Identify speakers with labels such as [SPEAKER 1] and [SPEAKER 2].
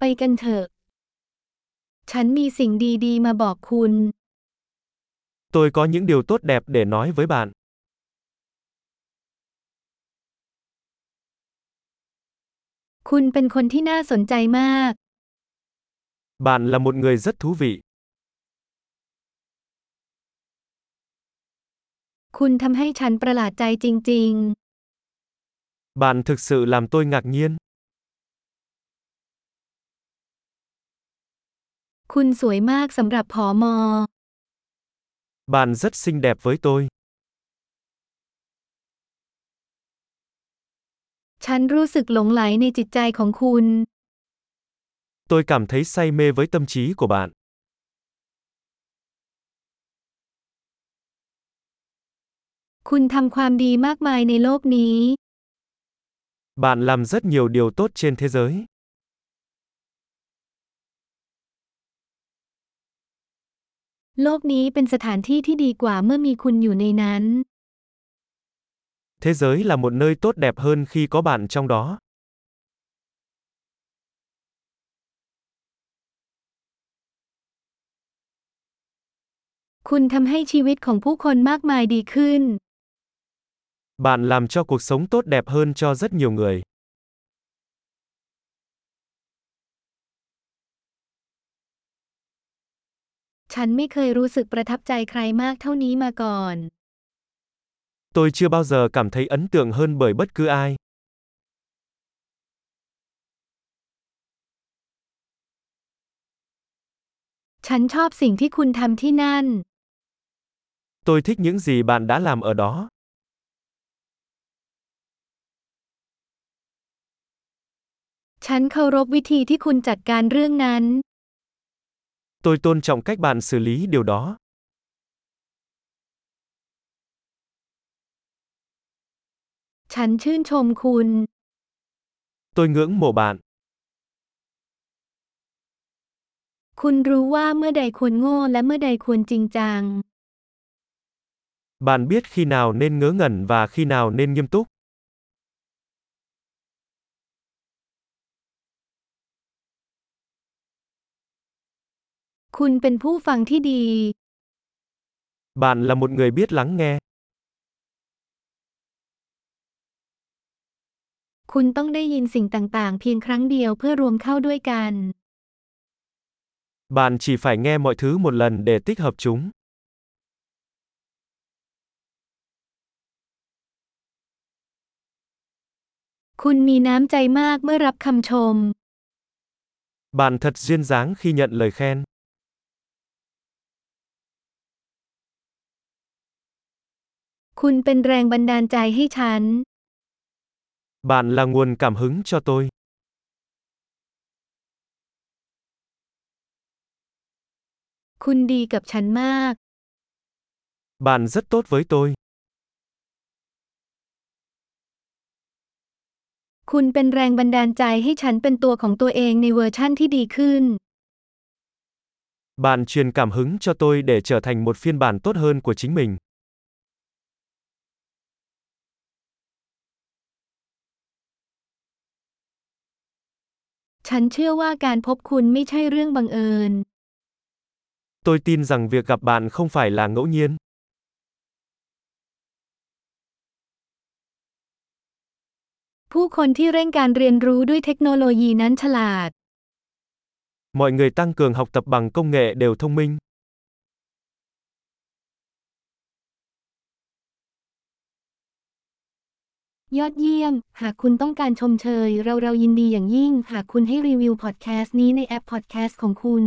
[SPEAKER 1] กันเถอะ ฉันมีสิ่งดีๆ มาบอกคุณ
[SPEAKER 2] Tôi có những điều tốt đẹp để nói với bạn.
[SPEAKER 1] คุณเป็นคนที่น่าสนใจมาก
[SPEAKER 2] Bạn là một người rất thú vị.
[SPEAKER 1] คุณทำให้ฉันประหลาดใจจริง
[SPEAKER 2] Bạn thực sự làm tôi ngạc nhiên.
[SPEAKER 1] ๆ คุณสวยมากสำหรับผอมอ
[SPEAKER 2] Bạn rất xinh đẹp với tôi.
[SPEAKER 1] ฉันรู้สึกหลงไหลในจิตใจของคุณ
[SPEAKER 2] Tôi cảm thấy say mê với tâm trí của bạn.
[SPEAKER 1] คุณทำความดีมากมายในโลกนี้
[SPEAKER 2] Bạn làm rất nhiều điều tốt trên thế giới.
[SPEAKER 1] โลกนี้เป็นสถานที่ที่ดีกว่าเมื่อมีคุณอยู่ในนั้น
[SPEAKER 2] Thế giới là một nơi tốt đẹp hơn khi có bạn trong đó.
[SPEAKER 1] คุณทำให้ชีวิตของผู้คนมากมายดีขึ้น
[SPEAKER 2] Bạn làm cho cuộc sống tốt đẹp hơn cho rất nhiều người.
[SPEAKER 1] ฉันไม่เคยรู้สึกประทับใจใครมากเท่านี้มาก่อน
[SPEAKER 2] Tôi chưa bao giờ cảm thấy ấn tượng hơn bởi bất cứ ai.
[SPEAKER 1] ฉันชอบสิ่งที่คุณทำที่นั่น
[SPEAKER 2] Tôi thích những gì bạn đã làm ở đó.
[SPEAKER 1] ฉันเคารพวิธีที่คุณจัดการเรื่องนั้น
[SPEAKER 2] Tôi tôn trọng cách bạn xử lý điều đó.
[SPEAKER 1] ฉันชื่นชมคุณ
[SPEAKER 2] Tôi ngưỡng mộ bạn.
[SPEAKER 1] คุณรู้ว่าเมื่อใดควรโง่และเมื่อใดควรจริงจัง
[SPEAKER 2] Bạn biết khi nào nên ngớ ngẩn và khi nào nên nghiêm túc.
[SPEAKER 1] คุณเป็นผู้ฟังที่ดี
[SPEAKER 2] Bạn là một người biết lắng nghe.
[SPEAKER 1] คุณต้องได้ยินสิ่งต่างๆ เพียงครั้งเดียวเพื่อรวมเข้าด้วยกัน
[SPEAKER 2] Bạn chỉ phải nghe mọi thứ một lần để tích hợp chúng.
[SPEAKER 1] คุณมีน้ำใจมากเมื่อรับคำชม
[SPEAKER 2] Bạn thật duyên dáng khi nhận lời khen.
[SPEAKER 1] คุณเป็นแรงบันดาลใจให้ฉัน
[SPEAKER 2] Bạn là nguồn cảm hứng cho tôi.
[SPEAKER 1] คุณดีกับฉันมาก
[SPEAKER 2] Bạn rất tốt với tôi.
[SPEAKER 1] คุณเป็นแรงบันดาลใจให้ฉันเป็นตัวของตัวเองในเวอร์ชั่นที่ดีขึ้น
[SPEAKER 2] Bạn truyền cảm hứng cho tôi để trở thành một phiên bản tốt hơn của chính mình.
[SPEAKER 1] ฉันเชื่อว่าการพบคุณไม่ใช่เรื่องบังเอิญ
[SPEAKER 2] Tôi tin rằng việc gặp bạn không phải là ngẫu nhiên.
[SPEAKER 1] ผู้คนที่เร่งการเรียนรู้ด้วยเทคโนโลยีนั้นฉลาด
[SPEAKER 2] Mọi người tăng cường học tập bằng công nghệ đều thông minh.
[SPEAKER 1] ยอดเยี่ยม หากคุณต้องการชมเชย เราเรายินดีอย่างยิ่ง หากคุณให้รีวิวพอดแคสต์นี้ในแอปพอดแคสต์ของคุณ